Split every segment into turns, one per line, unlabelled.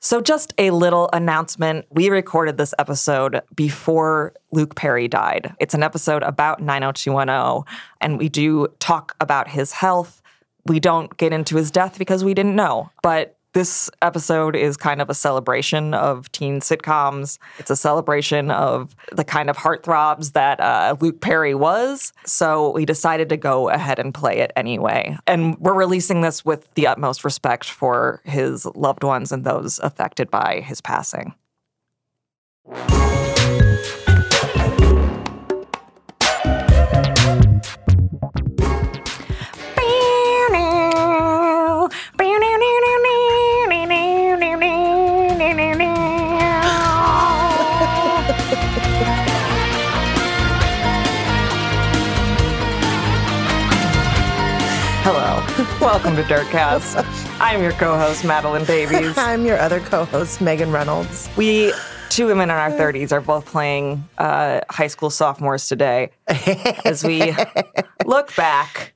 So, just a little announcement. We recorded this episode before Luke Perry died. It's an episode about 90210, and we do talk about his health. We don't get into his death because we didn't know, but this episode is kind of a celebration of teen sitcoms. It's a celebration of the kind of heartthrobs that uh, Luke Perry was. So we decided to go ahead and play it anyway. And we're releasing this with the utmost respect for his loved ones and those affected by his passing. Hello. Welcome to Dirtcast. I'm your co host, Madeline Davies.
I'm your other co-host, Megan Reynolds.
We, two women in our 30s, are both playing uh, high school sophomores today as we look back,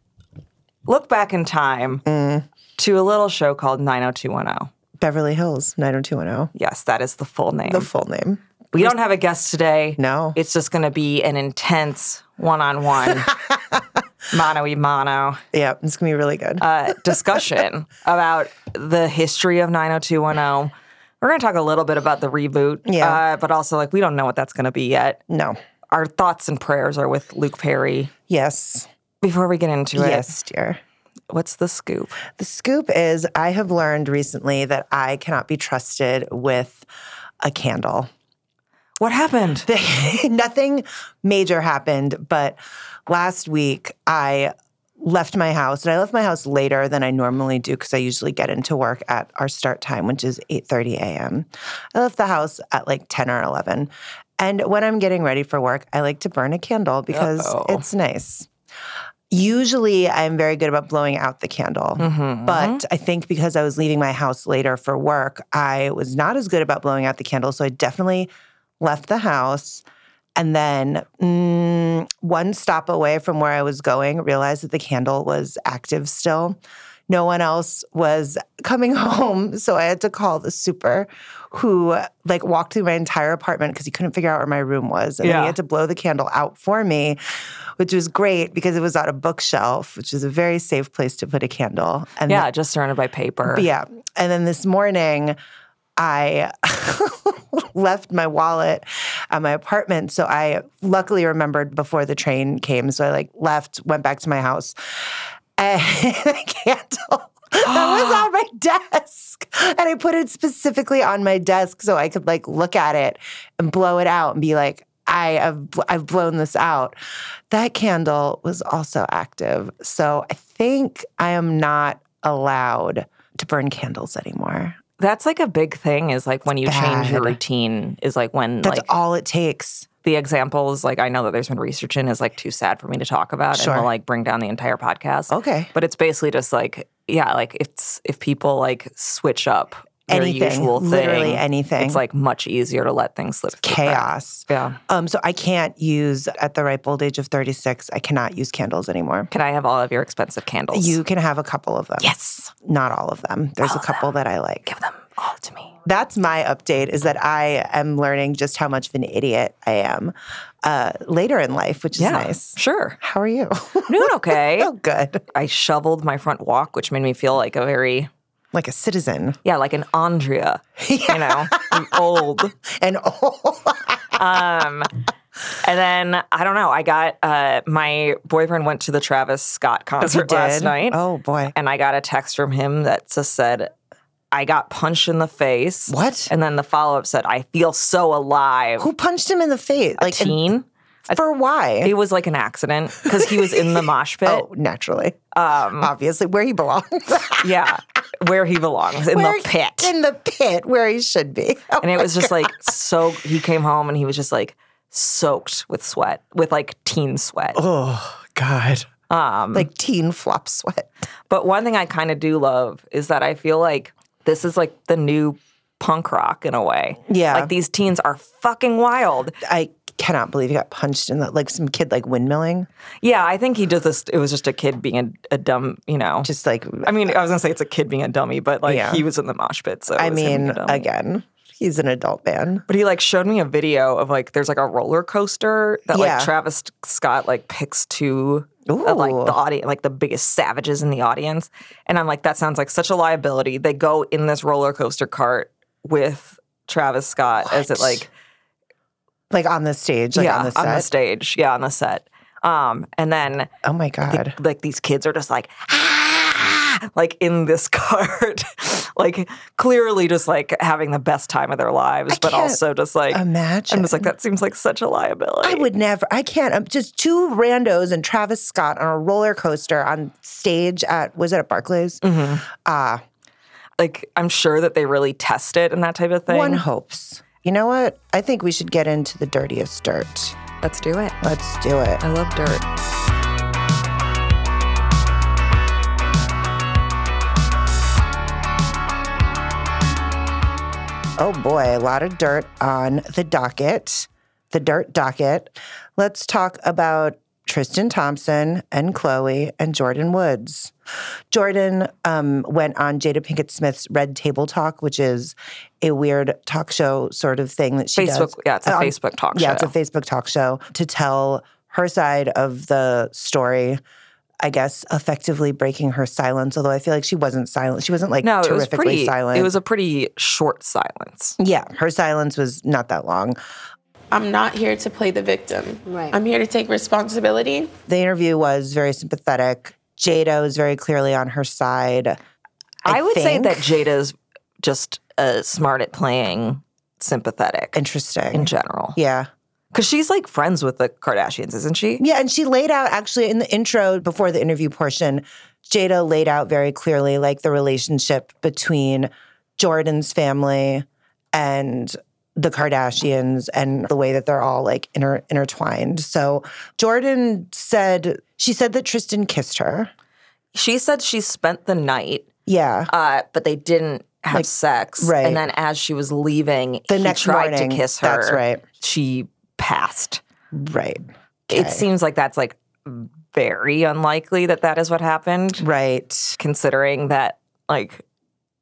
look back in time
Mm.
to a little show called 90210.
Beverly Hills 90210.
Yes, that is the full name.
The full name.
we don't have a guest today.
No.
It's just going to be an intense one on one, mano y mano.
Yeah, it's gonna be really good.
uh, discussion about the history of 90210. We're going to talk a little bit about the reboot,
Yeah.
uh, but also like we don't know what that's going to be yet.
no.
Our thoughts and prayers are with Luke Perry.
Yes.
Before we get into it,
Yes, dear.
what's the scoop?
The scoop is I have learned recently that I cannot be trusted with a candle.
What happened?
Nothing major happened, but last week I left my house and I left my house later than I normally do because I usually get into work at our start time, which is 8:30 a.m. I left the house at like 10 or 11. And when I'm getting ready for work, I like to burn a candle because
Uh-oh.
it's nice. Usually I'm very good about blowing out the candle.
Mhm.
But I think because I was leaving my house later for work, I was not as good about blowing out the candle. So I definitely left the house. And then mm, one stop away from where I was going, realized that the candle was active still. No one else was coming home. So I had to call the super who like walked through my entire apartment because he couldn't figure out where my room was. And then
Yeah.
he had to blow the candle out for me, which was great because it was on a bookshelf, which is a very safe place to put a candle. And
yeah, just surrounded by paper.
but yeah. And then this morning, I left my wallet at my apartment. So I luckily remembered before the train came. So I like left, went back to my house, and the candle. That was on my desk. And I put it specifically on my desk so I could like look at it and blow it out and be like, I have I've blown this out. That candle was also active. So I think I am not allowed to burn candles anymore.
That's like a big thing is like when you change your
Bad.
routine is like when
That's
like
all it takes.
the examples like I know that there's been research in is like too sad for me to talk about
Sure. Oh.
and will like bring down the entire podcast.
Okay.
but it's basically just like yeah like it's if people like switch up their
Anything.
usual thing
Literally anything.
it's like much easier to let things slip through the cracks.
Chaos.
yeah
Um, so I can't use at the ripe old age of 36, I cannot use candles anymore.
can i have all of your expensive candles
You can have a couple of them.
yes
Not all of them. There's a couple that I like.
give them all to me
That's my update is that I am learning just how much of an idiot I am uh, later in life, which is
yeah
nice.
sure
How are you?
doing okay
oh, good.
i shoveled my front walk which made me feel like a very
Like a citizen.
yeah like an andrea you know I'm old
And oh,
um, and then I don't know. I got uh, my boyfriend went to the Travis Scott concert last
did?
night.
Oh, boy.
and I got a text from him that just said, I got punched in the face.
What?
And then the follow up said, I feel so alive.
Who punched him in the face? Like, and
Teen.
for why?
It was like an accident because he was in the mosh pit.
Oh, naturally.
Um,
Obviously, where he belongs.
yeah, where he belongs in
Where-
the pit.
In the pit where he should be. Oh,
and it was just like so. He came home and he was just like soaked with sweat, with like teen sweat.
oh, God.
Um,
Like teen flop sweat.
But one thing I kind of do love is that I feel like this is like the new punk rock in a way.
Yeah.
Like these teens are fucking wild.
I cannot believe he got punched in the like some kid like windmilling.
Yeah, I think he did this. It was just a kid being a, a dumb, you know.
Just like
I mean, I was gonna say it's a kid being a dummy, but like
Yeah.
he was in the mosh pit. So it
I
was him being
mean,
a dummy.
again, he's an adult man.
But he like showed me a video of like there's like a roller coaster that
Yeah.
like Travis Scott like picks two of like
Ooh.
the audience like the biggest savages in the audience. And I'm like, that sounds like such a liability. They go in this roller coaster cart with Travis Scott as it
What?
like
Like on the stage, like
yeah,
on the set.
stage. Yeah, on the set. Um, and then
oh my god.
like these kids are just like "Ah!" like in this cart, like clearly just like having the best time of their lives, but
can't
also just like
Imagine.
I'm just like that seems like such a liability.
I would never. I can't. um just two randos and Travis Scott on a roller coaster on stage at was it at Barclays?
Mm-hmm.
Ah,
like I'm sure that they really test it and that type of thing.
one hopes. You know what? I think we should get into the dirtiest dirt.
Let's do it.
Let's do it.
I love dirt.
Oh boy, a lot of dirt on the docket, the dirt docket. Let's talk about Tristan Thompson and Chloe and Jordan Woods. Jordan um, went on Jada Pinkett Smith's Red Table Talk, which is a weird talk show sort of thing that she
Facebook,
does. Uh,
yeah, it's a
on-
Facebook talk
yeah,
show.
it's a Facebook talk show to tell her side of the story. I guess effectively breaking her silence, although I feel like she wasn't silent. She wasn't like
no, it was
terrifically
pretty.
silent.
It was a pretty short silence.
yeah, her silence was not that long.
I'm not here to play the victim.
Right.
I'm here to take responsibility.
The interview was very sympathetic. Jada was very clearly on her side.
I, would say
think.
that Jada's just uh, smart at playing sympathetic
Interesting.
in general
yeah.
because she's like friends with the Kardashians, isn't she?
Yeah. And she laid out actually in the intro before the interview portion, Jada laid out very clearly like the relationship between Jordan's family and the Kardashians and the way that they're all like inter- intertwined. So Jordan said, she said that Tristan kissed her.
She said she spent the night,
Yeah.
uh, but they didn't have
Like,
sex.
right.
And then as she was leaving,
The
he
next
tried
morning.
to kiss her.
That's right.
She passed.
Right. Okay.
It seems like that's like very unlikely that that is what happened,
Right.
considering that, like,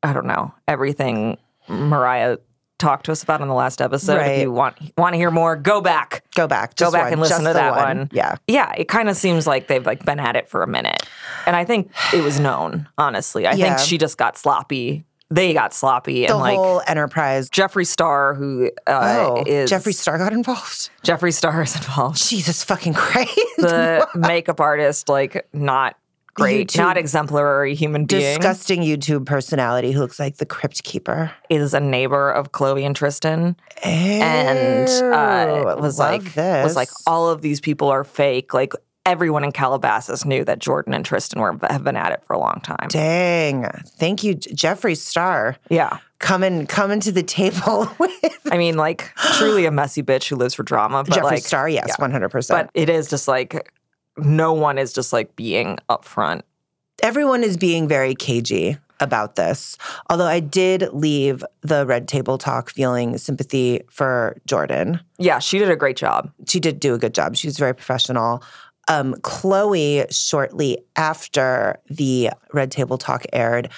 I don't know, everything Mariah talked to us about in the last episode. If
Right.
you want want to hear more, go back.
Go back.
Go
Just
back
one.
and listen
Just
to
the
that one.
Yeah.
Yeah, it kind of seems like they've like been at it for a minute. And I think it was known, honestly. I
Yeah.
think she just got sloppy. They got sloppy
the
and like
whole enterprise.
Jeffree Star who uh,
Oh,
is
Jeffree Star got involved.
Jeffree Star is involved.
Jesus fucking Christ!
the makeup artist, like not great,
YouTube-
not exemplary human being,
Disgusting YouTube personality who looks like the Crypt Keeper.
is a neighbor of Chloe and Tristan, and uh,
Ew,
was
love
like was like
this.
all of these people are fake. Like everyone in Calabasas knew that Jordan and Tristan were have been at it for a long time.
Dang! Thank you, J- Jeffree Star,
Yeah,
coming coming to the table with
I mean, like truly a messy bitch who lives for drama, but
Jeffree
like,
Star. Yes, one hundred percent.
but it is just like no one is just like being upfront.
everyone is being very cagey about this. Although I did leave the red table talk feeling sympathy for Jordan.
Yeah, she did a great job.
she did do a good job. She was very professional. Um, Chloe, shortly after the Red Table Talk aired,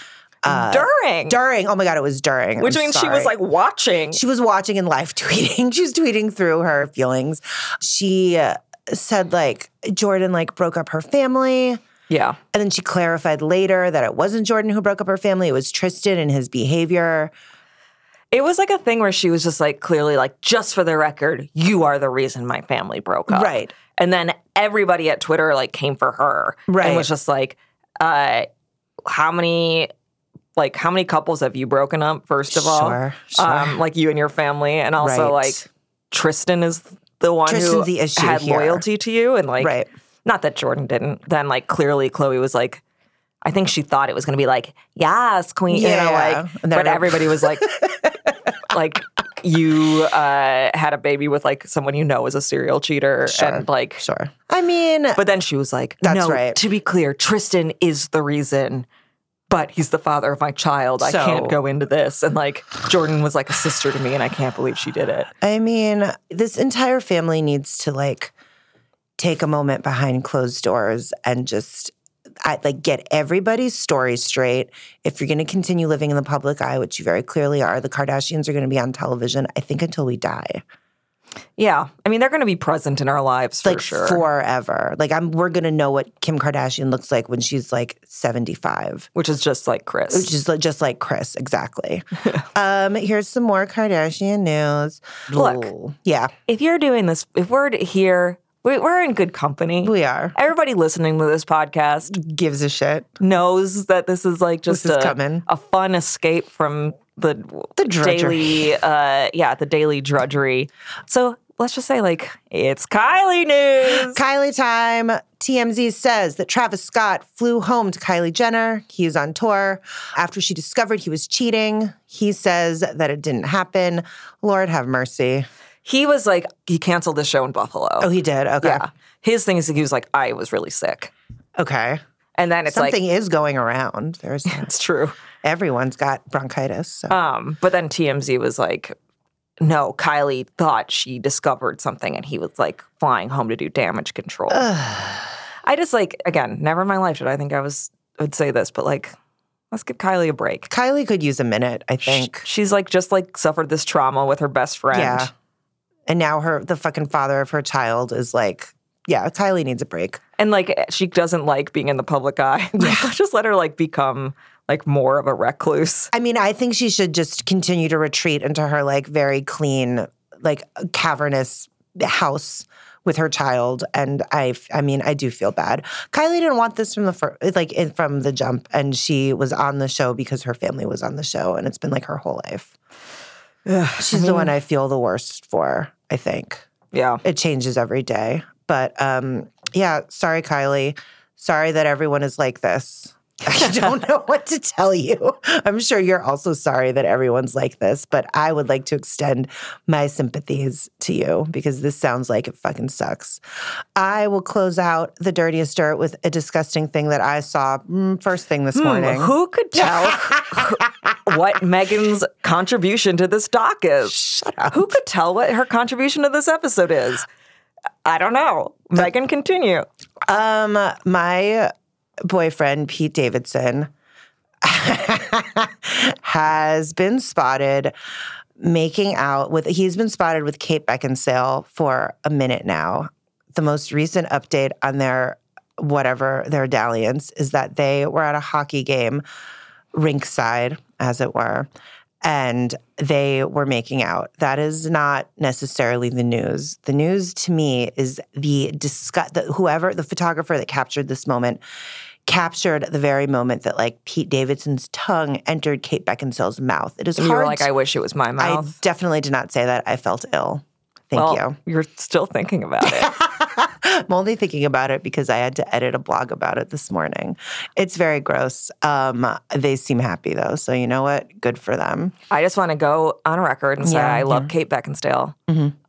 uh,
during,
during, oh my God, it was during.
which
I'm
means she was
sorry.
like watching.
she was watching and live tweeting. she was tweeting through her feelings. She uh, said, like, Jordan, like, broke up her family.
yeah.
And then she clarified later that it wasn't Jordan who broke up her family, it was Tristan and his behavior.
It was like a thing where she was just like clearly like just for the record, you are the reason my family broke up.
Right.
And then everybody at Twitter like came for her.
Right.
And was just like, uh, how many like how many couples have you broken up, first of all?
Sure, sure.
Um, like you and your family. And also
Right.
like Tristan is the one who
Tristan's the issue
had
here.
loyalty to you and like
Right.
not that Jordan didn't. Then like clearly Chloe was like I think she thought it was gonna be like, yes, queen. You know,
Yeah.
like
And then
but
everyone-
everybody was like like you uh, had a baby with like someone you know is a serial cheater and like
Sure. I mean,
but then she was like
That's
no
right.
to be clear tristan is the reason but he's the father of my child. I
So-
can't go into this. And like Jordan was like a sister to me, and I can't believe she did it.
I mean, this entire family needs to like take a moment behind closed doors and just I, like get everybody's story straight. If you're going to continue living in the public eye, which you very clearly are, the Kardashians are going to be on television. I think until we die,
Yeah. I mean, they're going to be present in our lives for
like
sure.
forever. Like I'm, we're going to know what Kim Kardashian looks like when she's like 75.
which is just like Chris.
Which is li- just like Chris, exactly. um, here's some more Kardashian news.
Look.
Ooh. yeah,
if you're doing this, if we're here, we- we're in good company.
we are.
Everybody listening to this podcast
Gives a shit.
knows that this is like just
This is
a,
coming.
a fun escape from the
The drudgery.
daily, uh, yeah, the daily drudgery. So let's just say like it's Kylie news.
Kylie time. TMZ says that Travis Scott flew home to Kylie Jenner. He was on tour. After she discovered he was cheating, he says that it didn't happen. Lord have mercy.
He was like he canceled the show in Buffalo.
Oh, he did. Okay.
yeah. His thing is he was like I was really sick,
Okay.
and then it's
Something
like
is going around. There's
it's true.
everyone's got bronchitis. So.
Um, but then TMZ was like, no, Kylie thought she discovered something and he was like flying home to do damage control. I just like, again, never in my life did I think I was would say this, but like, let's give Kylie a break.
Kylie could use a minute, I
Sh-
think.
She's like just like suffered this trauma with her best friend.
Yeah. And now her the fucking father of her child is like, yeah, Kylie needs a break.
And like she doesn't like being in the public eye. just let her like become like more of a recluse.
I mean, I think she should just continue to retreat into her like very clean, like cavernous house with her child. And I, f- I mean, I do feel bad. Kylie didn't want this from the first, like in, from the jump, and she was on the show because her family was on the show, and it's been like her whole life. She's the one I feel the worst for. I think
Yeah.
it changes every day, but um, yeah. Sorry, Kylie. Sorry that everyone is like this. I don't know what to tell you. I'm sure you're also sorry that everyone's like this, but I would like to extend my sympathies to you because this sounds like it fucking sucks. I will close out the dirtiest dirt with a disgusting thing that I saw mm, first thing this morning.
Who could tell what Megan's contribution to this doc is? Who could tell what her contribution to this episode is? I don't know. Megan, continue.
Um, my boyfriend Pete Davidson has been spotted making out with. He's been spotted with Kate Beckinsale for a minute now. The most recent update on their whatever their dalliance is that they were at a hockey game, rinkside, as it were. And they were making out. That is not necessarily the news. The news to me is the discuss the, whoever the photographer that captured this moment captured the very moment that like Pete Davidson's tongue entered Kate Beckinsale's mouth. It is
You
hard
were like, I wish it was my
I
mouth.
definitely did not say that. I felt ill. Thank
well, you. are still thinking about it.
you. I'm only thinking about it because I had to edit a blog about it this morning. It's very gross. Um, they seem happy though, so you know what? Good for them.
I just want to go on record and say
Yeah, Mm-hmm.
I love Kate Beckinsdale.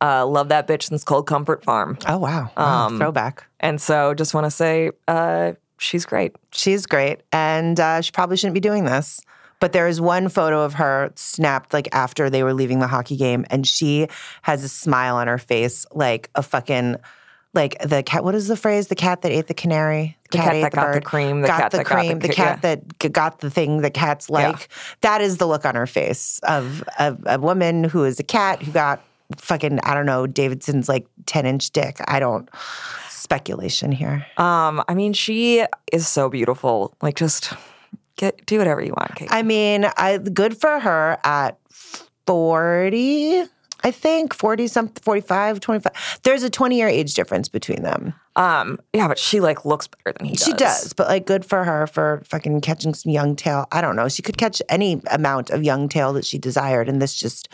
Uh, love that bitch since Cold Comfort Farm.
Oh wow, Wow,
Um,
throwback.
And so just want to say uh, she's great.
She's great, and uh, she probably shouldn't be doing this. But there is one photo of her snapped like after they were leaving the hockey game, and she has a smile on her face, like a fucking, like the cat. What is the phrase? The cat that ate the canary.
The cat that got the
bird.
cream, the
got
cat
the
that got the
cream, the,
ca-
cat that g- got the thing that cats like. That is the look on her face of, of a woman who is a cat who got fucking I don't know Davidson's like ten inch dick. I don't speculation here.
Um, I mean, she is so beautiful. Like, just get do whatever you want, Kate.
I mean, I good for her at 40, I think, 40 something, 45, 25. There's a 20 year age difference between them.
Um, yeah, but she like looks better than he does.
She does, but like good for her for fucking catching some young tail. I don't know. She could catch any amount of young tail that she desired. And this just,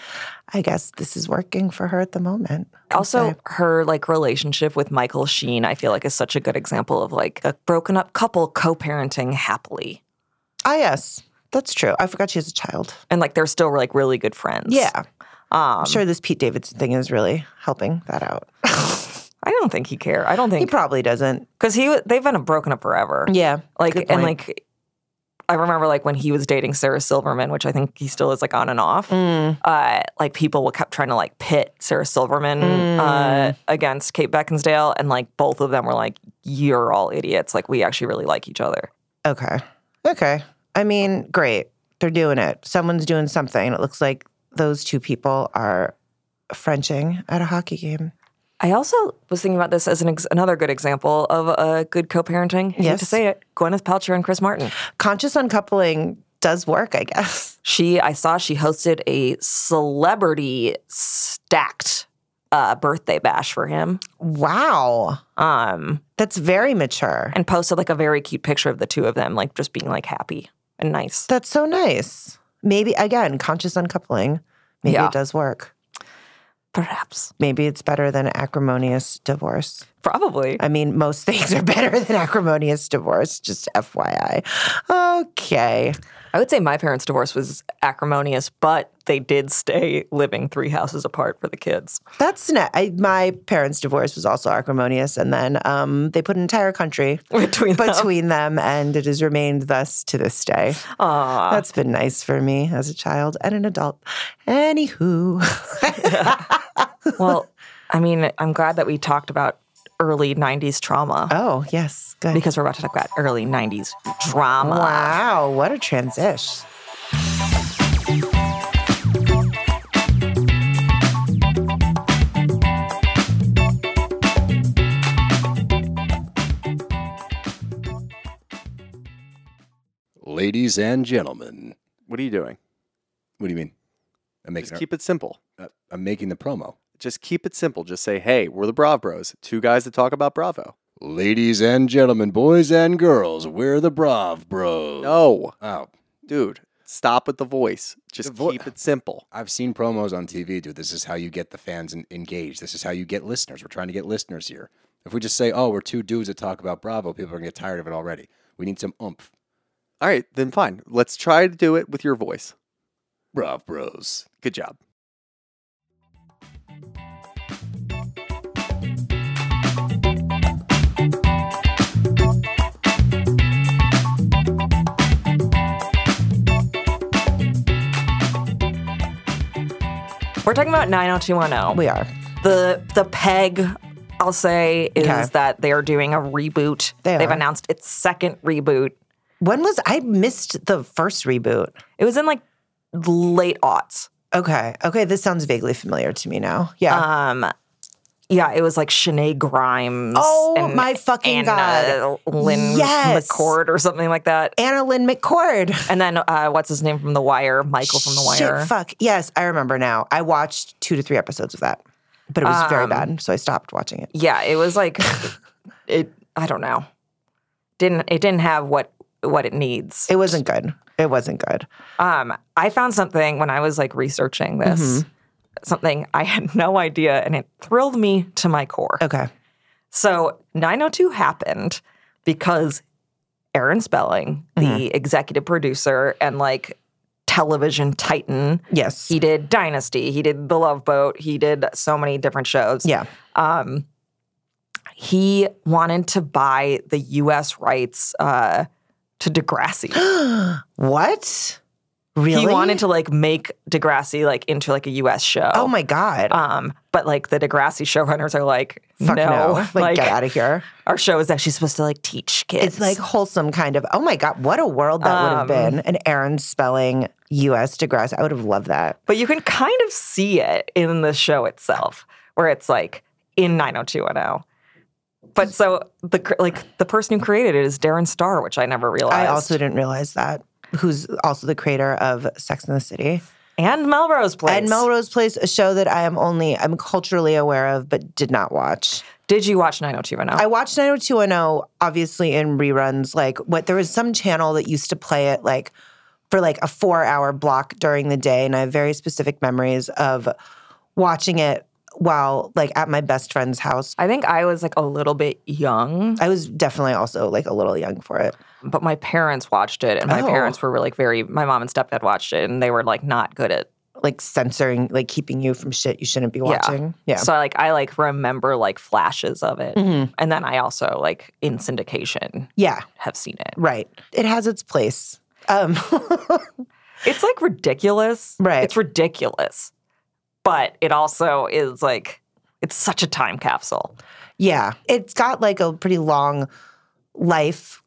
I guess this is working for her at the moment.
Also, her like relationship with Michael Sheen, I feel like, is such a good example of like a broken up couple co-parenting happily,
Ah, yes, that's true. I forgot she has a child.
and like they're still like really good friends.
Yeah.
um,
I'm sure this Pete Davidson thing is really helping that out.
I don't think he care. I don't
he
think
probably doesn't.
because he they've been broken up forever.
Yeah.
like
good
and
point.
like I remember like when he was dating Sarah Silverman, which I think he still is like on and off.
Mm.
Uh, like people were- kept trying to like pit Sarah Silverman
Mm.
uh, against Kate Beckinsdale, and like both of them were like, "You're all idiots. Like we actually really like each other."
Okay. Okay. I mean, great. They're doing it. Someone's doing something. It looks like those two people are Frenching at a hockey game.
I also was thinking about this as an ex- another good example of a good co-parenting. Hate
Yes.
to say it, Gwyneth Paltrow and Chris Martin.
Conscious uncoupling does work, I guess.
She, I saw she hosted a celebrity stacked uh, birthday bash for him,
Wow.
um,
That's very mature.
and posted like a very cute picture of the two of them, like just being like happy and nice.
That's so nice. Maybe, again, conscious uncoupling. Maybe
Yeah.
it does work.
Perhaps,
Maybe it's better than acrimonious divorce.
probably.
I mean, most things are better than acrimonious divorce, just FYI. Okay.
I would say my parents' divorce was acrimonious, but they did stay living three houses apart for the kids.
That's not, I, my parents' divorce was also acrimonious, and then um, they put an entire country
Between them,
between them, and it has remained thus to this day.
Aw.
That's been nice for me as a child and an adult. Anywho,
well, I mean, I'm glad that we talked about early '90s trauma
oh yes, good.
because we're about to talk about early '90s drama.
wow, what a transition.
Ladies and gentlemen,
What are you doing?
what do you mean? I'm making
Just
a-
keep it simple.
uh, I'm making the promo.
Just keep it simple. Just say, hey, we're the Brav Bros, two guys that talk about Bravo.
Ladies and gentlemen, boys and girls, we're the Brav Bros.
No,
Oh,
dude, stop with the voice. Just
The vo-
keep it simple.
I've seen promos on TV, dude. This is how you get the fans en- engaged. This is how you get listeners. We're trying to get listeners here. If we just say, "Oh, we're two dudes that talk about Bravo," people are gonna get tired of it already. We need some oomph.
All right, then fine. Let's try to do it with your voice.
Brav Bros.
Good job.
We're talking about 90210.
We are.
the the peg I'll say is
Okay.
that they are doing a reboot.
They
have
are.
announced its second reboot.
When was I missed the first reboot?
It was in like late aughts.
Okay, okay, this sounds vaguely familiar to me now. Yeah.
Um, yeah, it was like Shanae Grimes.
Oh, my fucking
Anna Lynn
Yes.
McCord or something like that.
Anna Lynn McCord.
And then uh, what's his name from The Wire? Michael from The Wire.
Shit, fuck. Yes, I remember now. I watched two to three episodes of that, but it was very
Um,
bad, so I stopped watching it.
yeah, it was like it. I don't know. Didn't it didn't have what what it needs.
It wasn't good. It wasn't good.
Um, I found something when I was like researching this,
Mm-hmm.
something I had no idea, and it thrilled me to my core.
Okay.
So 902 happened because Aaron Spelling,
Mm-hmm.
the executive producer and like television titan,
Yes.
he did Dynasty, he did The Love Boat, he did so many different shows.
yeah.
Um, he wanted to buy the U.S. rights uh, to Degrassi.
what? Really?
He wanted to like make Degrassi like into like a US show.
Oh my god.
Um, but like the Degrassi showrunners are like,
Fuck no.
no,
Like, get out of here.
our show is actually supposed to like teach kids.
It's like wholesome kind of. Oh my god, what a world that would
Um,
have been. An Aaron spelling US Degrassi. I would have loved that.
but you can kind of see it in the show itself, where it's like in 90210. But so the cr- like the person who created it is Darren Star, which I never realized.
I also didn't realize that. Who's also the creator of Sex and the City.
and Melrose Place.
And Melrose Place, a show that I am only I'm culturally aware of, but did not watch.
Did you watch 90210?
I watched 90210 obviously in reruns. Like what there was some channel that used to play it like for like a four hour block during the day, and I have very specific memories of watching it while like at my best friend's house.
I think I was like a little bit young.
I was definitely also like a little young for it.
but my parents watched it and my
Oh.
parents were like very my mom and stepdad watched it and they were like not good at
Like censoring, like keeping you from shit you shouldn't be
Yeah.
watching. Yeah.
so mm-hmm. like i like remember like flashes of it
Mhm.
and then i also like in syndication
Yeah.
have seen it
Right. It has its place. Um,
It's like ridiculous.
Right.
It's ridiculous. But it also is like, it's such a time capsule.
yeah, it's got like a pretty long life.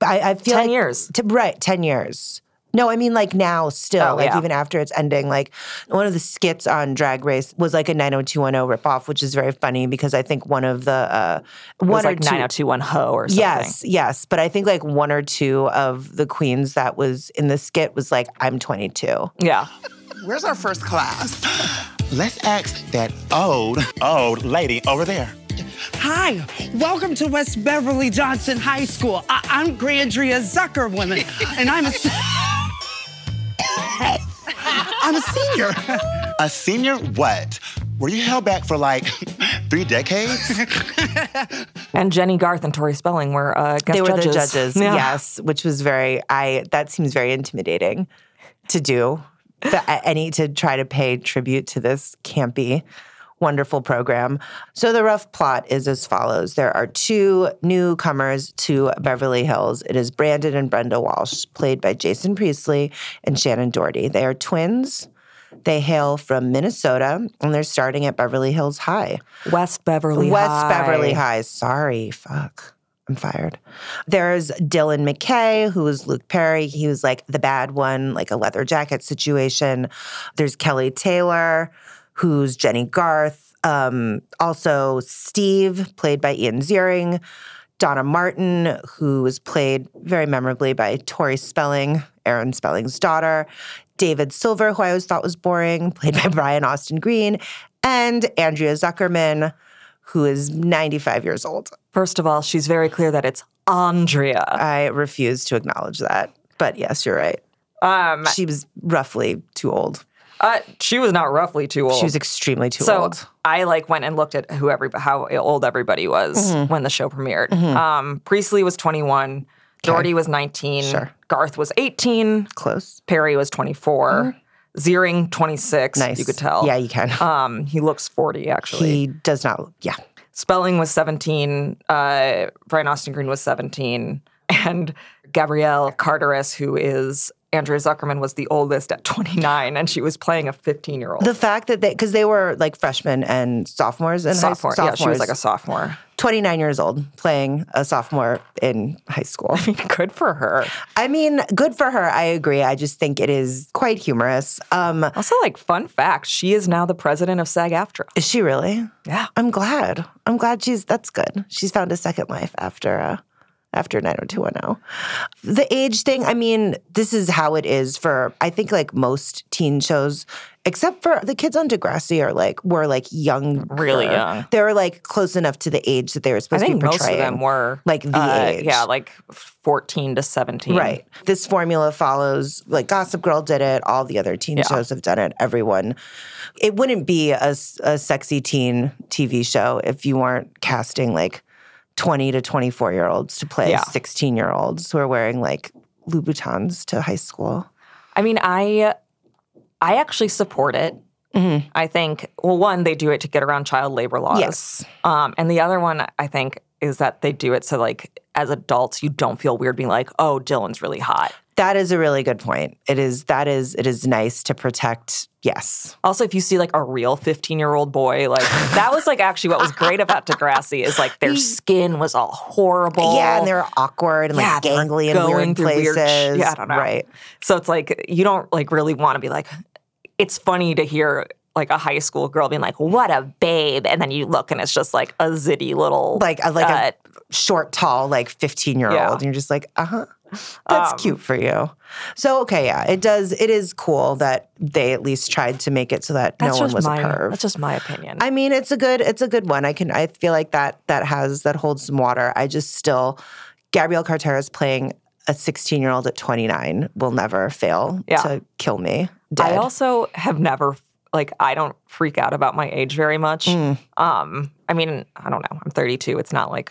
I, I feel
10
like
years.
to right 10 years no i mean like now still
Oh,
like
yeah.
even after it's ending like one of the skits on drag race was like a 90210 ripoff which is very funny because i think one of the uh one
It was
or
like
two
9021 Ho or something.
yes yes but i think like one or two of the queens that was in the skit was like i'm 22
Yeah.
Where's our first class? Let's ask that old, old lady over there.
Hi, welcome to West Beverly Johnson High School. I- I'm Grandria Zuckerwoman, and I'm a se-
I'm a senior. a senior what? Were you held back for like three decades?
And Jenny Garth and Tori Spelling were uh, guest
they were
judges.
the judges
Yeah.
yes which was very i that seems very intimidating to do but I, I need to try to pay tribute to this campy wonderful program so the rough plot is as follows there are two newcomers to beverly hills it is brandon and brenda walsh played by jason priestley and shannon doherty they are twins they hail from minnesota and they're starting at beverly hills high
West Beverly
West
High.
Beverly High. Sorry, fuck. I'm fired. There's Dylan McKay, who is Luke Perry. He was like the bad one, like a leather jacket situation. There's Kelly Taylor, who's Jenny Garth. Um, also, Steve, played by Ian Ziering. Donna Martin, who was played very memorably by Tori Spelling, Aaron Spelling's daughter, David Silver, who I always thought was boring, played by Brian Austin Green, and Andrea Zuckerman, who is 95 years old.
First of all, she's very clear that it's Andrea.
I refuse to acknowledge that. But yes, you're right.
Um,
She was roughly too old.
uh, she was not roughly too old.
She was extremely too
so
old.
I like went and looked at who every how old everybody was
Mm-hmm.
when the show premiered. Um, Priestley was 21, Doherty was 19,
Sure.
Garth was 18,
Close.
Perry was 24, Ziering 26.
Mm-hmm. Nice.
You could tell.
Yeah, you can.
Um, he looks 40 actually.
he does not. Yeah.
Spelling was 17. Uh, Brian Austin Green was 17. And Gabrielle Carteris, who is Andrea Zuckerman, was the oldest at 29, and she was playing a 15 year old.
The fact that they, because they were like freshmen and sophomores in
Sophomore.
high school.
Yeah, she was like a sophomore.
29 years old playing a sophomore in high school.
Good for her.
I mean, good for her. I agree. I just think it is quite humorous. Um,
Also, like, fun fact she is now the president of SAG AFTRA.
is she really?
Yeah.
I'm glad. I'm glad she's that's good. She's found a second life after uh after 90210. The age thing, I mean, this is how it is for I think like most teen shows except for the kids on Degrassi are like were like young
Really young.
They were like close enough to the age that they were
I
supposed to
think
be portraying.
most of them were
like the
uh,
age.
Yeah, like 14 to 17.
Right. This formula follows like Gossip Girl did it, all the other teen shows have done it, everyone. It wouldn't be a, s- a sexy teen TV show if you weren't casting like 20 to 24 year olds to play
Yeah.
16 year olds who are wearing like Louboutins to high school.
I mean, I I actually support it. I think well, one they do it to get around child labor laws.
Yes.
Um, and the other one I think is that they do it so like as adults you don't feel weird being like, oh, Dylan's really hot.
That is a really good point. It is that is it is nice to protect. Yes.
Also, if you see like a real 15 year old boy, like that was like actually what was great about Degrassi is like their skin was all horrible.
Yeah, and they're awkward and
Yeah,
like
they were
gangly and
going
weird
through
places.
weird sh- yeah, I don't know.
Right.
So it's like you don't like really want to be like. It's funny to hear like a high school girl being like, "What a babe," and then you look and it's just like a zitty little
like a, like
uh,
a short, tall, like fifteen year
Yeah.
old, and you're just like, uh huh, that's
Um,
cute for you. So okay, yeah, it does. It is cool that they at least tried to make it so that no
that's
one
just
was
my
a perv.
that's just my opinion.
I mean, it's a good, it's a good one. I can, I feel like that that has that holds some water. I just still, Gabrielle Carteras playing a sixteen year old at twenty nine will never fail
Yeah.
to kill me.
I
Dead.
also have never like I don't freak out about my age very much.
Mm,
Um, I mean, I don't know. I'm 32. It's not like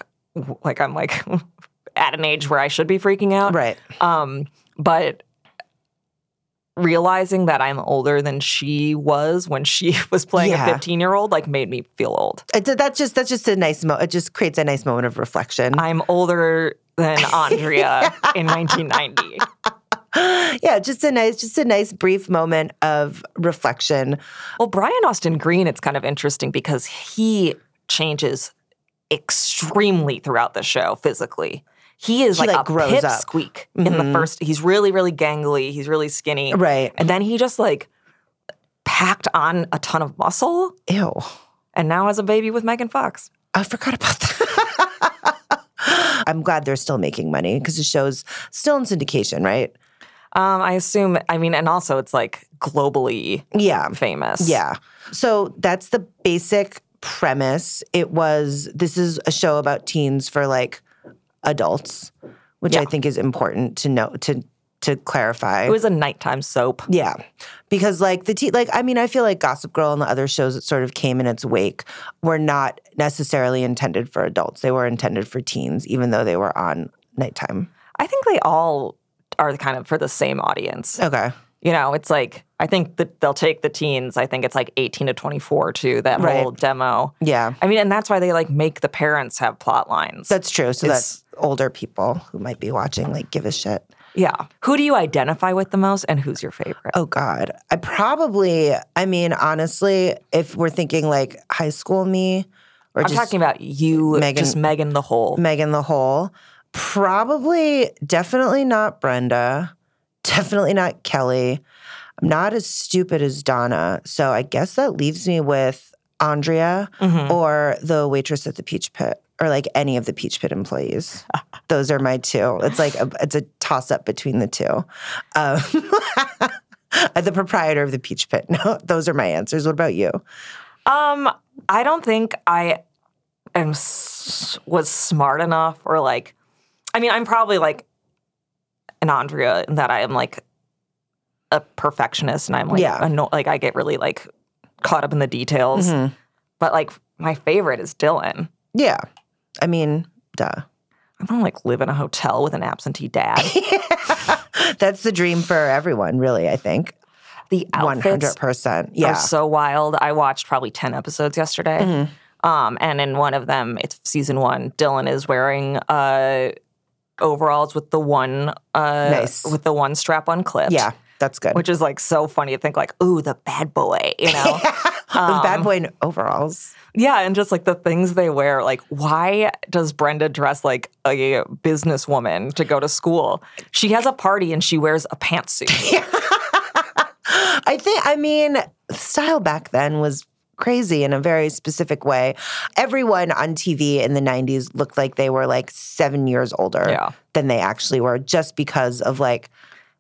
like I'm like at an age where I should be freaking out.
right.
Um, but realizing that I'm older than she was when she was playing
Yeah.
a 15 year old like made me feel old.
It, that's just that's just a nice mo. It just creates a nice moment of reflection.
I'm older than Andrea in 1990.
yeah, just a nice, just a nice brief moment of reflection.
Well, Brian Austin Green, it's kind of interesting because he changes extremely throughout the show physically. He is
He,
like,
like,
a
grows up. Mm-hmm.
pipsqueak in the first. He's really, really gangly. He's really skinny.
Right.
And then he just like packed on a ton of muscle
Ew.
and now has a baby with Megan Fox.
I forgot about that. I'm glad they're still making money because the show's still in syndication, right?
Um, I assume, I mean, and also it's like globally
Yeah.
famous.
Yeah. So that's the basic premise. It was this is a show about teens for like adults, which I
Yeah.
think is important to know to to clarify.
It was a nighttime soap.
Yeah. Because like the tea like I mean I feel like Gossip Girl and the other shows that sort of came in its wake were not necessarily intended for adults. They were intended for teens even though they were on nighttime.
I think they all are kind of for the same audience.
Okay.
You know, it's like, I think that they'll take the teens. I think it's like 18 to 24 too, that
Right.
whole demo.
Yeah.
I mean, and that's why they like make the parents have plot lines.
That's true. So
It's-
that's older people who might be watching like give a shit.
yeah. Who do you identify with the most and who's your favorite?
Oh God. I probably I mean honestly if we're thinking like high school me or
I'm
just
talking about you,
Megan-
just Megan the whole.
Megan the Hole. Probably, definitely not Brenda. Definitely not Kelly. I'm not as stupid as Donna. So I guess that leaves me with Andrea
Mhm.
or the waitress at the Peach Pit or like any of the Peach Pit employees. Those are my two. It's like a, it's a toss up between the two. Um, the proprietor of the Peach Pit. No, those are my answers. What about you?
Um, I don't think I am s- was smart enough, or like, I mean, I'm probably like an Andrea in that I am like a perfectionist, and I'm like,
Yeah. Mm-hmm.
anno- like I get really like caught up in the details. But like, my favorite is Dylan.
Yeah. I mean, duh.
I want to like live in a hotel with an absentee dad.
That's the dream for everyone, really, I think.
The
One
outfits
hundred percent. Yeah.
are so wild. I watched probably 10 episodes yesterday.
Mm-hmm.
Um, and in one of them, it's season one, Dylan is wearing uh, overalls with the one uh,
Nice.
with the one strap on clip.
yeah. That's good.
Which is like so funny to think like, ooh, the bad boy, you know?
Those
Um,
bad boy overalls.
yeah, and just like the things they wear, like why does Brenda dress like a businesswoman to go to school? She has a party and she wears a pantsuit.
I think I mean, style back then was crazy in a very specific way. Everyone on TV in the 90s looked like they were like 7 years older
Yeah.
than they actually were just because of like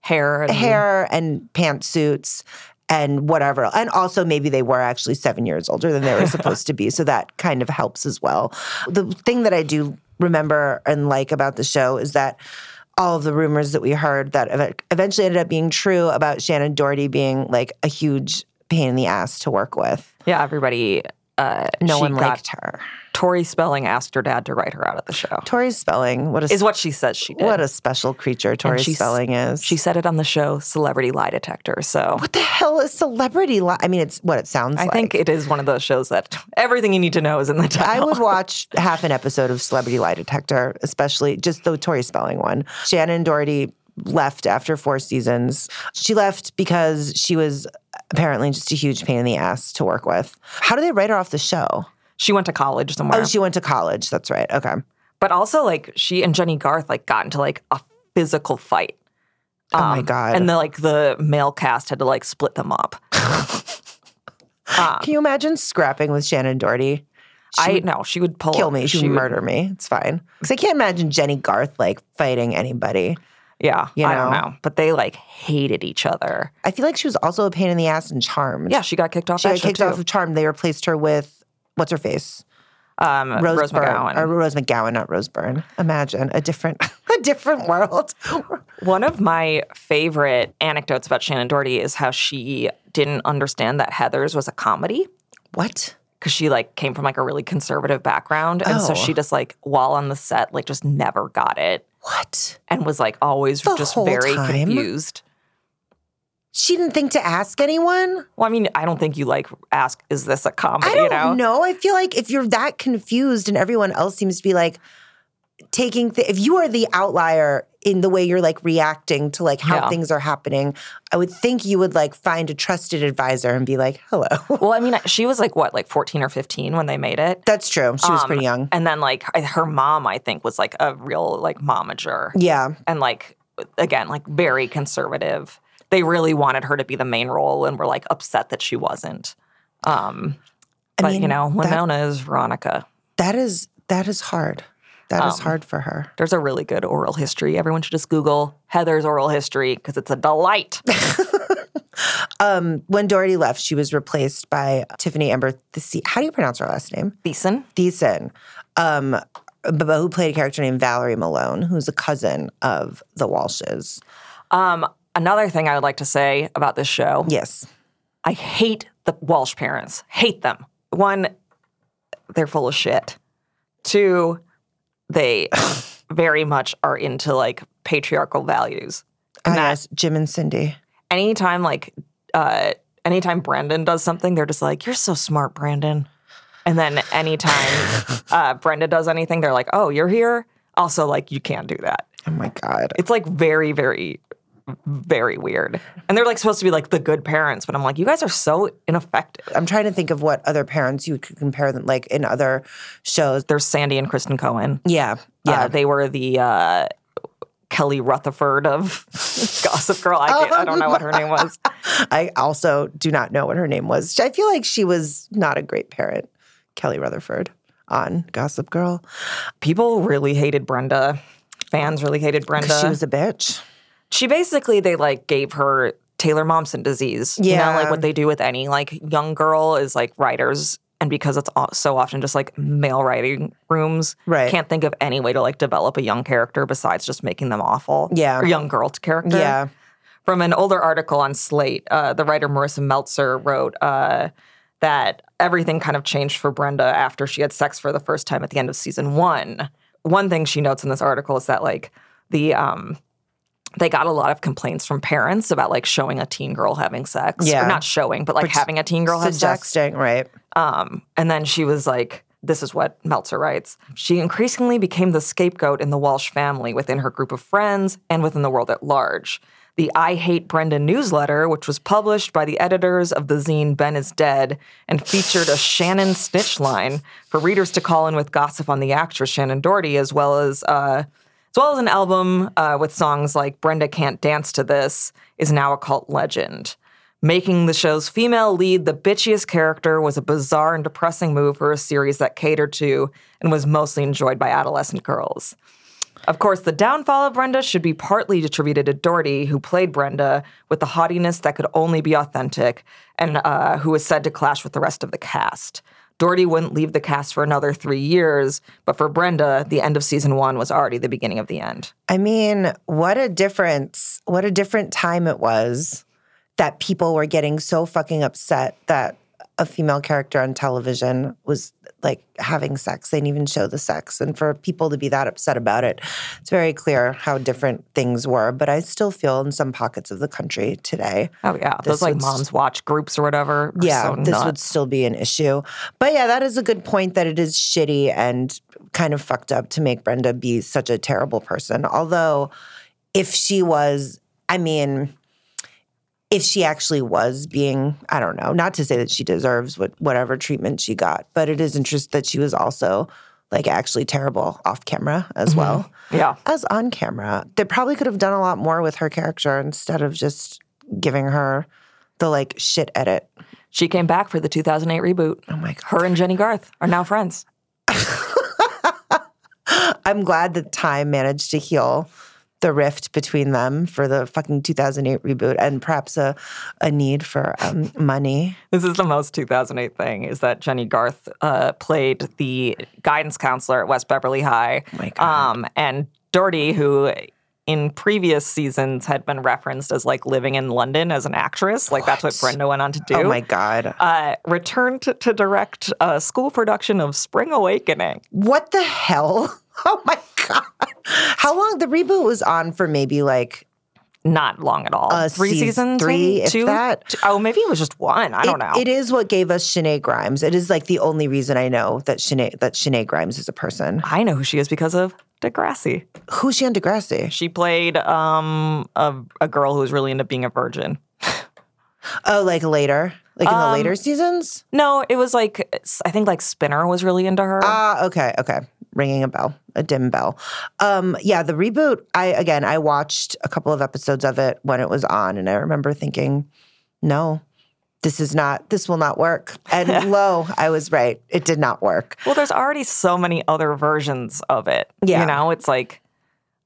Hair and
hair and pantsuits and whatever. And also, maybe they were actually seven years older than they were supposed to be. So that kind of helps as well. The thing that I do remember and like about the show is that all of the rumors that we heard that ev- eventually ended up being true about Shannon Doherty being like a huge pain in the ass to work with.
Yeah, everybody uh,
No
she
one
got
liked her.
Tori Spelling asked her dad to write her out of the show.
Tori's spelling, what a,
Is what she says she did.
what a special creature Tori
she's-
spelling is.
she said it on the show Celebrity Lie Detector. So
what the hell is celebrity? Li- I mean, it's what it sounds
I
like.
think it is one of those shows that everything you need to know is in the
I
title.
would watch half an episode of Celebrity Lie Detector, especially just the Tori Spelling one. Shannon Doherty left after four seasons. She left because she was apparently just a huge pain in the ass to work with. How do they write her off the show?
she went to college somewhere.
Oh, she went to college. That's right. Okay.
but also like she and Jenny Garth like got into like a physical fight.
Oh my God.
Um, And the like the male cast had to like split them up. Uh,
Can you imagine scrapping with Shannon Doherty?
I no, she would pull
Kill me. She, would
would-
murder me. It's fine. Because I can't imagine Jenny Garth like fighting anybody.
Yeah,
You
I don't
know.
know. But they like hated each other.
I feel like she was also a pain in the ass in Charmed.
Yeah, she got kicked off
She
that
got
show
kicked
too.
off of Charmed. They replaced her with what's her face?
um, Rose,
Rose, Byrne,
McGowan.
or Rose McGowan, not Rose Byrne. Imagine a different, a different world.
One of my favorite anecdotes about Shannon Doherty is how she didn't understand that Heather's was a comedy
what?
because she like came from like a really conservative background, and
Oh.
so she just like while on the set like just never got it
What?
and was like always
The
just
whole
very
time?
confused.
She didn't think to ask anyone.
Well, I mean, I don't think you like ask, "Is this a comedy?"
I don't
you know?
know. I feel like if you're that confused and everyone else seems to be like taking th- if you are the outlier in the way you're like reacting to like how
Yeah.
things are happening, I would think you would like find a trusted advisor and be like, "Hello."
Well, I mean, she was like what, like 14 or 15 when they made it.
That's true. She was
Um,
pretty young.
And then like I- her mom, I think, was like a real like momager.
Yeah.
And like again, like very conservative. They really wanted her to be the main role and were like upset that she wasn't. Um but you
mean,
know,
that-
Winona is Veronica.
That is that is hard. That is
Um,
hard for her.
There's a really good oral history. Everyone should just Google Heather's oral history because it's a delight.
Um, when Doherty left, she was replaced by Tiffany Amber. Thiessen. How do you pronounce her last name?
Beeson.
Thiessen, um, b- who played a character named Valerie Malone, who's a cousin of the Walshes.
Um, another thing I would like to say about this show.
Yes.
I hate the Walsh parents. Hate them. One, they're full of shit. Two, they very much are into like patriarchal values.
And yes, Jim and Cindy.
Anytime like uh anytime Brandon does something, they're just like, You're so smart, Brandon. And then anytime uh Brenda does anything, they're like, Oh, you're here? Also, like, you can't do that.
Oh my God.
It's like very, very, very weird. And they're like supposed to be like the good parents, but I'm like, you guys are so ineffective.
I'm trying to think of what other parents you could compare them like in other shows. Um,
There's Sandy and Kristen Cohen.
Yeah.
Yeah,
Yeah.
they were the uh, Kelly Rutherford of Gossip Girl. I, can't, I don't know what her name was.
I also do not know what her name was. I feel like she was not a great parent, Kelly Rutherford on Gossip Girl.
People really hated Brenda. Fans really hated
'Cause
Brenda.
She was a bitch.
she basically they like gave her Taylor Momsen disease. you know,
Yeah.
like what they do with any like young girl is like writers. And because it's all, so often just like male writing rooms,
Right.
can't think of any way to like develop a young character besides just making them awful.
Yeah.
or young girl character.
Yeah.
from an older article on Slate, uh, the writer Marissa Meltzer wrote uh, that everything kind of changed for Brenda after she had sex for the first time at the end of season one. One thing she notes in this article is that like the um, they got a lot of complaints from parents about like showing a teen girl having sex, Or
Yeah.
not showing, but like having a teen girl have sex.
Suggesting, right.
Um, and then she was like, this is what Meltzer writes. She increasingly became the scapegoat in the Walsh family within her group of friends and within the world at large. The I Hate Brenda newsletter, which was published by the editors of the zine Ben is Dead and featured a Shannon snitch line for readers to call in with gossip on the actress Shannon Doherty, as well as uh, as well as an album uh, with songs like Brenda Can't Dance to This is now a cult legend. Making the show's female lead the bitchiest character was a bizarre and depressing move for a series that catered to and was mostly enjoyed by adolescent girls. Of course, the downfall of Brenda should be partly attributed to Doherty, who played Brenda with the haughtiness that could only be authentic and uh, who was said to clash with the rest of the cast. Doherty wouldn't leave the cast for another three years, but for Brenda, the end of season one was already the beginning of the end.
I mean, what a difference. What a different time it was that people were getting so fucking upset that a female character on television was like having sex. They didn't even show the sex. And for people to be that upset about it, it's very clear how different things were. But I still feel in some pockets of the country today
Oh, yeah.
This
Those like
would s-
moms watch groups or whatever. are
yeah,
so
this would
nuts.
still be an issue. But yeah, that is a good point that it is shitty and kind of fucked up to make Brenda be such a terrible person. Although, if she was, I mean, if she actually was being, I don't know, not to say that she deserves what, whatever treatment she got, but it is interesting that she was also like actually terrible off camera as
Mm-hmm.
well
Yeah.
as on camera. They probably could have done a lot more with her character instead of just giving her the like shit edit.
She came back for the 2008 reboot.
Oh my god.
Her and Jenny Garth are now friends.
I'm glad that time managed to heal the rift between them for the fucking 2008 reboot and perhaps a, a need for um, money.
This is the most 2008 thing is that Jenny Garth uh, played the guidance counselor at West Beverly High.
my
Um, and Doherty, who in previous seasons had been referenced as like living in London as an actress, like that's what Brenda went on to do.
Oh my god.
Uh, returned to, to direct a school production of Spring Awakening.
What the hell? Oh my god. How long the reboot was on for maybe like
not long at all.
Uh,
three
seas-
seasons,
three,
maybe?
if
two.
that.
T- Oh, maybe it was just one. I don't
It-
know.
It is what gave us Shanae Grimes. It is like the only reason I know that Shanae that Shanae Grimes is a person.
I know who she is because of Degrassi.
Who's she on Degrassi?
She played um a, a girl who was really into being a virgin.
Oh, like later, like in the
Um,
later seasons.
No, it was like s- I think like Spinner was really into her.
Ah, okay, okay. Ringing a bell, a dim bell. Um, yeah, the reboot. I again, I watched a couple of episodes of it when it was on, and I remember thinking, no. This is not, this will not work. And lo, I was right. It did not work.
well, there's already so many other versions of it.
Yeah.
you know, it's like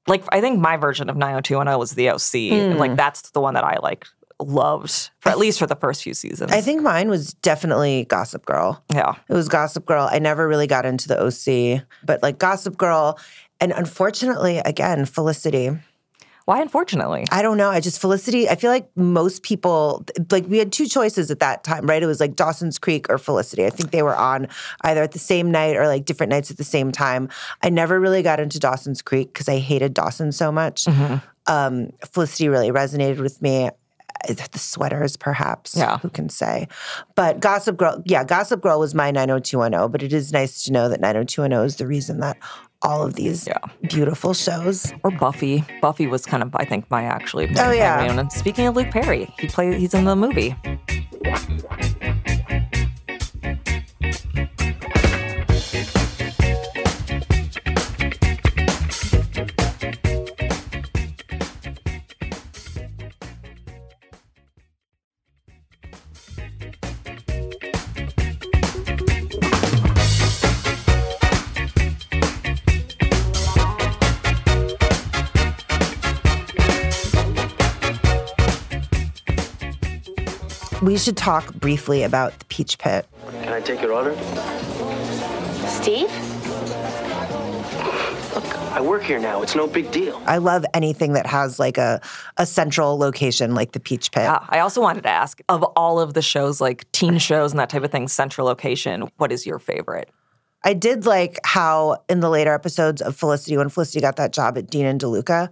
like I think my version of 90210 was the OC.
Hmm.
And like that's the one that I like loved for at least for the first few seasons.
I think mine was definitely Gossip Girl.
yeah.
It was Gossip Girl. I never really got into the OC, but like Gossip Girl. And unfortunately, again, Felicity.
Why unfortunately?
I don't know. I just, Felicity, I feel like most people, like we had two choices at that time, right? It was like Dawson's Creek or Felicity. I think they were on either at the same night or like different nights at the same time. I never really got into Dawson's Creek because I hated Dawson so much. Um, Felicity really resonated with me. Uh, The sweaters, perhaps.
Yeah.
Who can say? But Gossip Girl, yeah, Gossip Girl was my 90210, but it is nice to know that 90210 is the reason that all of these beautiful shows.
or Buffy. Buffy was kind of, I think, my actually.
Oh, yeah.
I mean, and speaking of Luke Perry, he plays. He's in the movie.
We should talk briefly about the Peach Pit.
Can I take your order?
Steve?
I work here now. It's no big deal.
I love anything that has like a, a central location like the Peach Pit.
Ah, I also wanted to ask of all of the shows, like teen shows and that type of thing, Central Location. What is your favorite?
I did like how in the later episodes of Felicity, when Felicity got that job at Dean and DeLuca,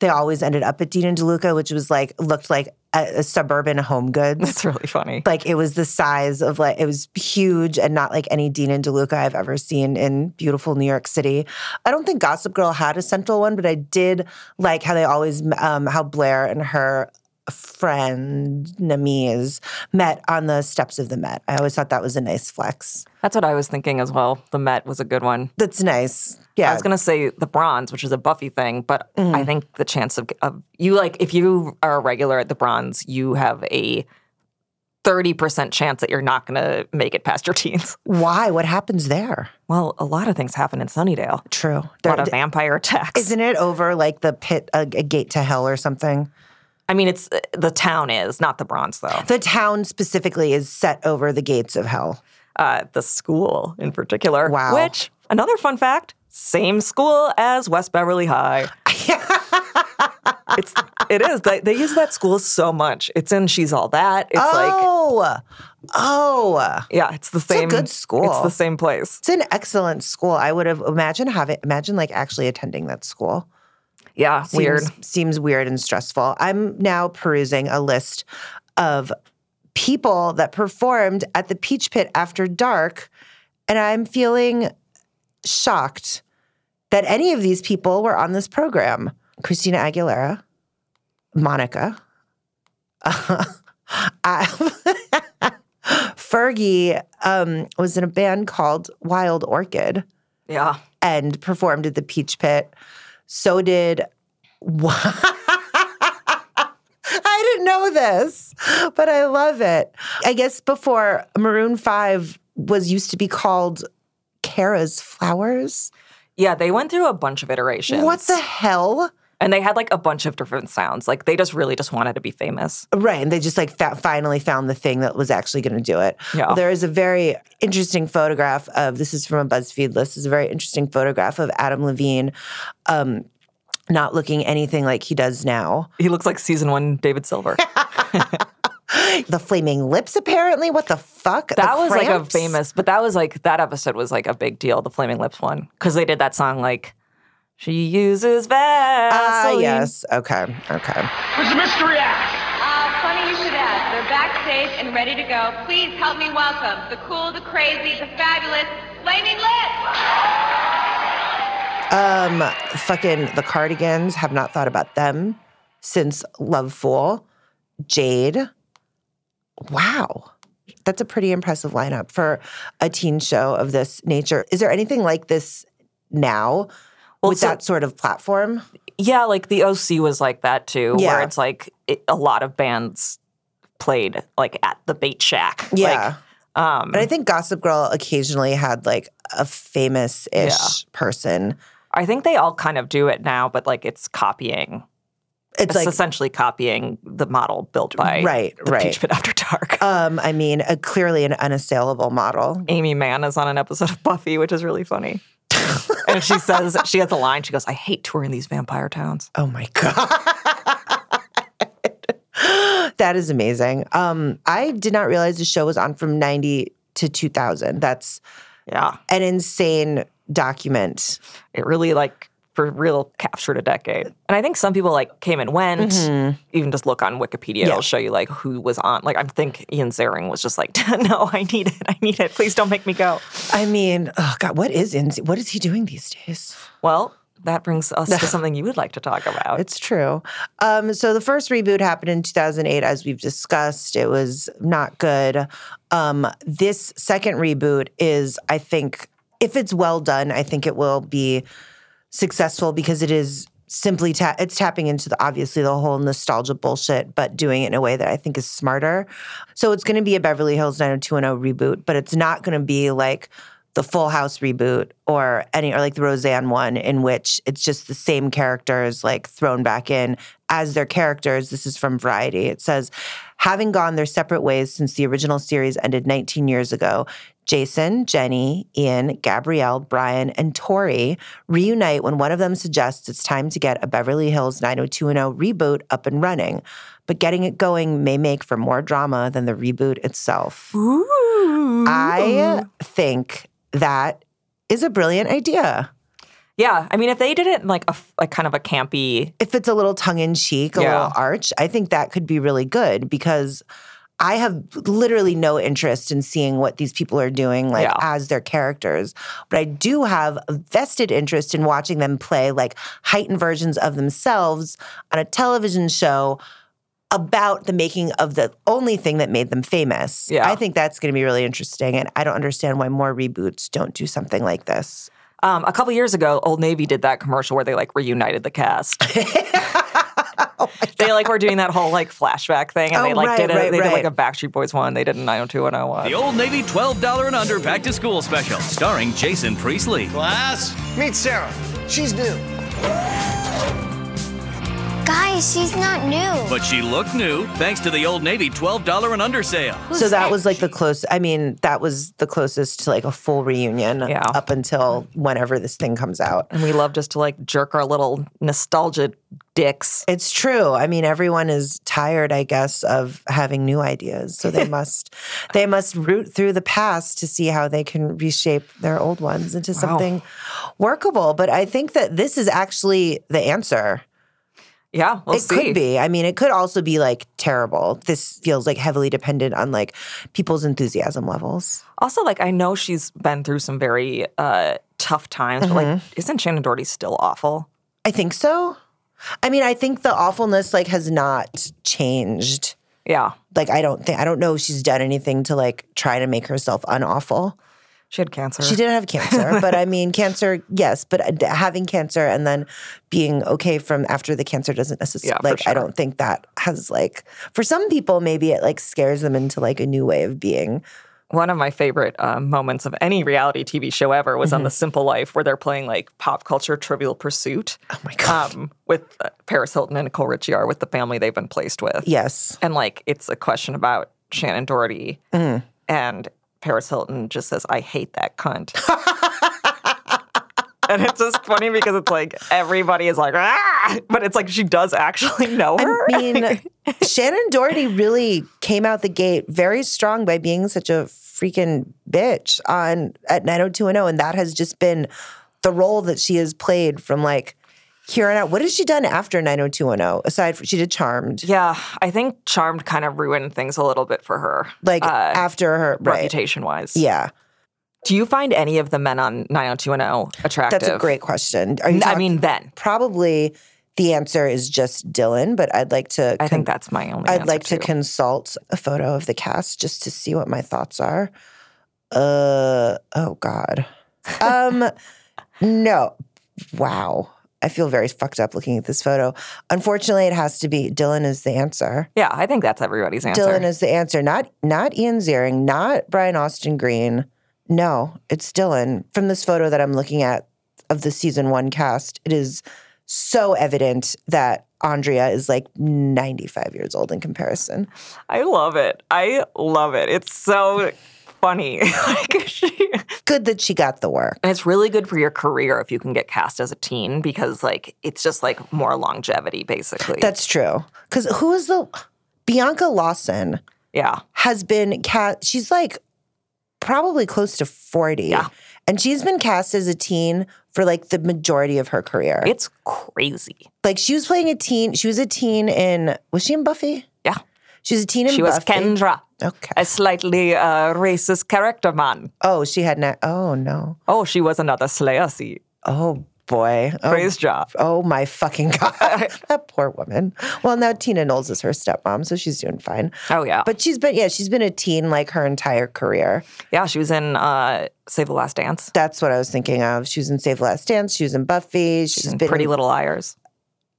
they always ended up at Dean and DeLuca, which was like looked like a, a suburban Home Goods.
It's really funny.
Like it was the size of like it was huge and not like any Dean and DeLuca I've ever seen in beautiful New York City. I don't think Gossip Girl had a central one, but I did like how they always um, how Blair and her friend Namise met on the steps of the Met. I always thought that was a nice flex.
That's what I was thinking as well. The Met was a good one.
That's nice. Yeah, Mm.
I was gonna say the bronze, which is a Buffy thing, but I think the chance of, of you like if you are a regular at the bronze, you have a thirty percent chance that you're not gonna make it past your teens.
Why? What happens there?
Well, a lot of things happen in Sunnydale.
True.
A
There-
lot of vampire attacks.
isn't it over like the pit, a, a gate to hell or something?
I mean, it's uh, the town is not the Bronx though.
The town specifically is set over the gates of hell.
Uh, the school in particular.
Wow.
Which another fun fact: same school as West Beverly High. it's it is they, they use that school so much. It's in She's All That. It's like
oh, oh,
yeah, it's the
a
same
good school.
It's the same place.
it's an excellent school. I would have imagine having imagine like actually attending that school.
Yeah,
Seems-
weird.
Seems weird and stressful. I'm now perusing a list of people that performed at the Peach Pit after dark, and I'm feeling shocked that any of these people were on this program. Christina Aguilera, Monica, I- Fergie um, was in a band called Wild Orchid
Yeah,
and performed at the Peach Pit. So did. I didn't know this, but I love it. I guess before Maroon 5 was used to be called Kara's Flowers.
yeah. They went through a bunch of iterations.
What the hell?
And they had like a bunch of different sounds. Like they just really just wanted to be famous.
Right. And they just like fa- finally found the thing that was actually going to do it.
Yeah.
There is a very interesting photograph of this is from a BuzzFeed list. This is a very interesting photograph of Adam Levine um, not looking anything like he does now.
He looks like season one David Silver.
The flaming lips, apparently. What the fuck? The
That was like a
cramps?
famous, but that was like that episode was like a big deal, the Flaming Lips one, because they did that song like She uses Vaseline.
Ah, yes. Okay. Okay.
Where's the mystery act?
Uh, funny you should ask. They're backstage and ready to go. Please help me welcome the cool, the crazy, the fabulous Flaming Lips.
Um, fucking the Cardigans have not thought about them since Love Fool. Jade. Wow. That's a pretty impressive lineup for a teen show of this nature. Is there anything like this now
Well,
with
so-
that sort of platform?
Yeah, like the OC was like that too, where
Yeah.
it's like it, a lot of bands played like at the bait shack.
Yeah.
Like, um,
But I think Gossip Girl occasionally had like a famous ish person.
I think they all kind of do it now, but like it's copying.
It's
It's,
like
essentially copying the model built by
Right,
the
right.
Peach Pit After Dark.
um, I mean, a, clearly an unassailable model.
Amy Mann is on an episode of Buffy, which is really funny. and she says she has a line. She goes, "I hate touring these vampire towns."
Oh my god. that is amazing. Um, I did not realize the show was on from 90 to 2000. That's
Yeah,
an insane document.
it really like for real captured a decade. And I think some people like came and went. Even just look on Wikipedia;
Yeah.
it'll show you like who was on. Like I think Ian Ziering was just like, "No, I need it. I need it. Please don't make me go."
I mean, oh god, what is in what is he doing these days?
Well, that brings us to something you would like to talk about.
It's true. Um, so the first reboot happened in 2008, as we've discussed. It was not good. Um, this second reboot is, I think, if it's well done, I think it will be successful because it is simply ta- it's tapping into the obviously the whole nostalgia bullshit, but doing it in a way that I think is smarter. So it's going to be a Beverly Hills 90210 reboot, but it's not going to be like the Full House reboot or any or like the Roseanne one in which it's just the same characters like thrown back in as their characters. This is from Variety. It says, having gone their separate ways since the original series ended 19 years ago, Jason, Jenny, Ian, Gabrielle, Brian, and Tori reunite when one of them suggests it's time to get a Beverly Hills 90210 reboot up and running. But getting it going may make for more drama than the reboot itself. I think that is a brilliant idea.
Yeah, I mean, if they did it in like a f- like kind of a campy,
If it's a little tongue in cheek, a
Yeah.
little arch, I think that could be really good because I have literally no interest in seeing what these people are doing like
Yeah.
as their characters, but I do have a vested interest in watching them play like heightened versions of themselves on a television show about the making of the only thing that made them famous.
Yeah.
I think that's going to be really interesting and I don't understand why more reboots don't do something like this.
um, a couple years ago, Old Navy did that commercial where they like reunited the cast. they like were doing that whole like flashback thing, and
Oh,
they like
right,
did a,
right,
they did like
right.
a Backstreet Boys one, they did a 90210 one.
Old Navy $12 and under back to school special, starring Jason Priestley.
Class, meet Sarah. She's new.
Guys, she's not new.
But she looked new thanks to the Old Navy $12 and under sale.
So that was like the close. I mean, that was the closest to like a full reunion
Yeah.
up until whenever this thing comes out.
And we love just to like jerk our little nostalgia dicks.
It's true. I mean, everyone is tired, I guess, of having new ideas. So they must they must root through the past to see how they can reshape their old ones into something workable. But I think that this is actually the answer.
Yeah, we'll
it
see.
could be. I mean, it could also be like terrible. This feels like heavily dependent on like people's enthusiasm levels.
Also, like I know she's been through some very uh, tough times, but like,
Mm-hmm.
isn't Shannon Doherty still awful?
I think so. I mean, I think the awfulness like has not changed.
Yeah,
Like I don't think I don't know if she's done anything to like try to make herself unawful.
she had cancer.
She did have cancer, but I mean cancer, yes, but uh, having cancer and then being okay from after the cancer doesn't
Yeah,
necessarily
for
like I
sure.
don't think that has like for some people maybe it like scares them into like a new way of being.
One of my favorite um, moments of any reality TV show ever
Mm-hmm.
was on The Simple Life, where they're playing like pop culture Trivial Pursuit. Oh my god! Um, with uh, Paris Hilton and Nicole Richie are with the family they've been placed with,
Yes.
and like it's a question about Shannon Doherty,
Mm-hmm.
and Paris Hilton just says, "I hate that cunt." And it's just funny because it's like everybody is like, ah! but it's like she does actually know her.
I mean, Shannon Doherty really came out the gate very strong by oh being such a freaking bitch on at 90210 and that has just been the role that she has played from like here on out. What has she done after 90210? Aside from she did Charmed.
Yeah, I think Charmed kind of ruined things a little bit for her.
Like after her right.
uh, reputation wise.
Yeah.
Do you find any of the men on 90210 attractive?
That's a great question. Are you
I
talk-
mean, then.
probably the answer is just Dylan, but I'd like to
I think that's my only
I'd
answer,
like to
too.
consult a photo of the cast just to see what my thoughts are. Uh oh god. Um no. Wow. I feel very fucked up looking at this photo. Unfortunately, it has to be Dylan is the answer.
Yeah, I think that's everybody's answer.
Dylan is the answer. Not not Ian Ziering, not Brian Austin Green. No, it's Dylan. From this photo that I'm looking at of the season one cast, it is so evident that Andrea is like 95 years old in comparison.
I love it. I love it. It's so funny. like she,
Good that she got the work.
And it's really good for your career if you can get cast as a teen because like it's just like more longevity basically.
That's true. Because who is the Bianca Lawson
yeah.
has been cast. She's like probably close to 40.
Yeah.
And she's been cast as a teen for like the majority of her career.
It's crazy.
like she was playing a teen. She was a teen in was she in Buffy?
Yeah.
She was a teen in
She was
Buffy.
Kendra,
Okay.
a slightly uh, racist character man.
oh, she had not. Oh no.
Oh, she was another Slayer see.
Oh boy. Oh,
Praise job.
Oh my fucking god. that poor woman. Well, now Tina Knowles is her stepmom, so she's doing fine.
Oh yeah.
But she's been yeah, she's been a teen like her entire career.
yeah, she was in uh, Save the Last Dance.
That's what I was thinking of. She was in Save the Last Dance. She was in Buffy. She's
She's in
been
Pretty
in-
Little Liars.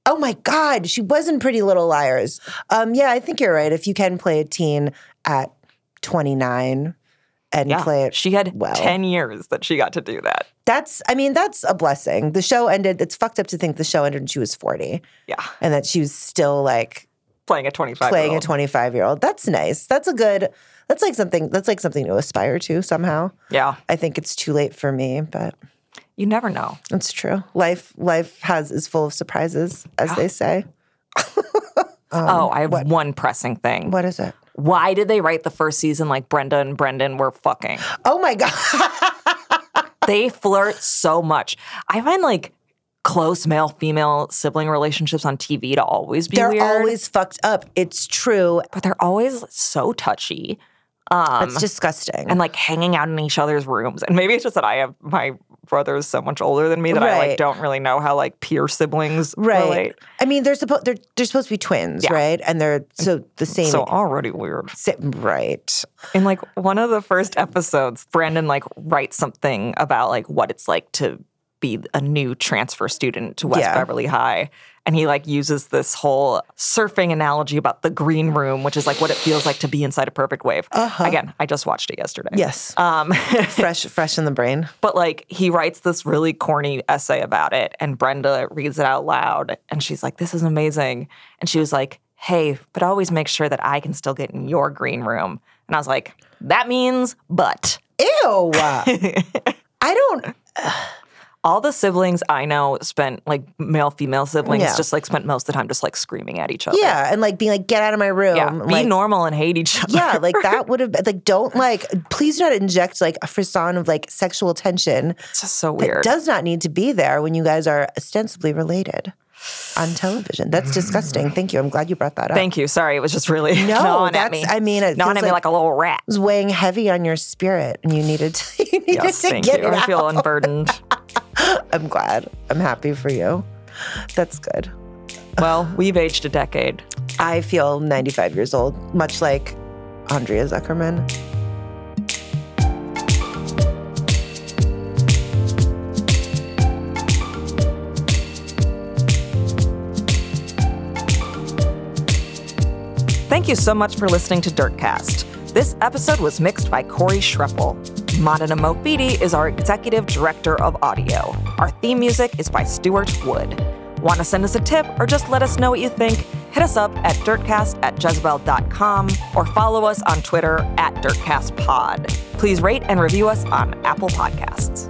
Oh my God, she was in Pretty Little Liars. Um, yeah, I think you're right. If you can play a teen at 29 and
Yeah.
play it,
she had
well.
10 years that she got to do that.
that's I mean that's a blessing. The show ended. It's fucked up to think the show ended when she was 40
Yeah.
and that she was still like
Playing a 25
playing a 25 year old. That's nice. That's a good. That's like something. That's like something to aspire to somehow.
Yeah.
I think it's too late for me, but
You never know.
That's true. Life life has is full of surprises, as they say.
oh, I have one pressing thing.
Um, What is it?
Why did they write the first season like Brenda and Brendan were fucking?
Oh my god.
they flirt so much. I find like close male female sibling relationships on TV to always be
They're
weird,
always fucked up. It's true.
but they're always so touchy
it's disgusting.
and like hanging out in each other's rooms. And maybe it's just that I have my brother is so much older than me that I
Right.
like don't really know how like peer siblings
right.
relate.
I mean, they're supposed they're they're supposed to be twins,
Yeah.
right? And they're so the same.
So already weird.
si- right.
In like one of the first episodes, Brandon like writes something about like what it's like to be a new transfer student to West
Yeah.
Beverly High. And he like uses this whole surfing analogy about the green room, which is like what it feels like to be inside a perfect wave. Again, I just watched it yesterday.
Uh-huh. Yes.
Um,
fresh fresh in the brain.
but like he writes this really corny essay about it, and Brenda reads it out loud, and she's like, "This is amazing." And she was like, "Hey, but always make sure that I can still get in your green room." And I was like, "That means but."
Ew. I don't
all the siblings I know spent like male female siblings
Yeah.
just like spent most of the time just like screaming at each other.
yeah, and like being like, get out of my room.
Yeah. Be
like,
normal and hate each other.
Yeah, like that would have been like don't like please do not inject like a frisson of like sexual tension
It's just so
that
weird.
does not need to be there when you guys are ostensibly related on television. That's disgusting. Thank you. I'm glad you brought that up.
Mm. Thank you. Sorry, it was just really
No,
gnawing
that's
at me.
I mean it
gnawing
feels
at me like a little rat.
it was weighing heavy on your spirit and you needed to, you needed
Yes,
to
thank
get
you.
it
I feel
out.
unburdened.
I'm glad. I'm happy for you. That's good.
well, we've aged a decade.
I feel 95 years old, much like Andrea Zuckerman.
Thank you so much for listening to Dirtcast. This episode was mixed by Corey Schreppel. Madana Mofidi is our executive director of audio. Our theme music is by Stuart Wood. Want to send us a tip or just let us know what you think? Hit us up at dirtcast at jezebel.com or follow us on Twitter at dirtcastpod. Please rate and review us on Apple Podcasts.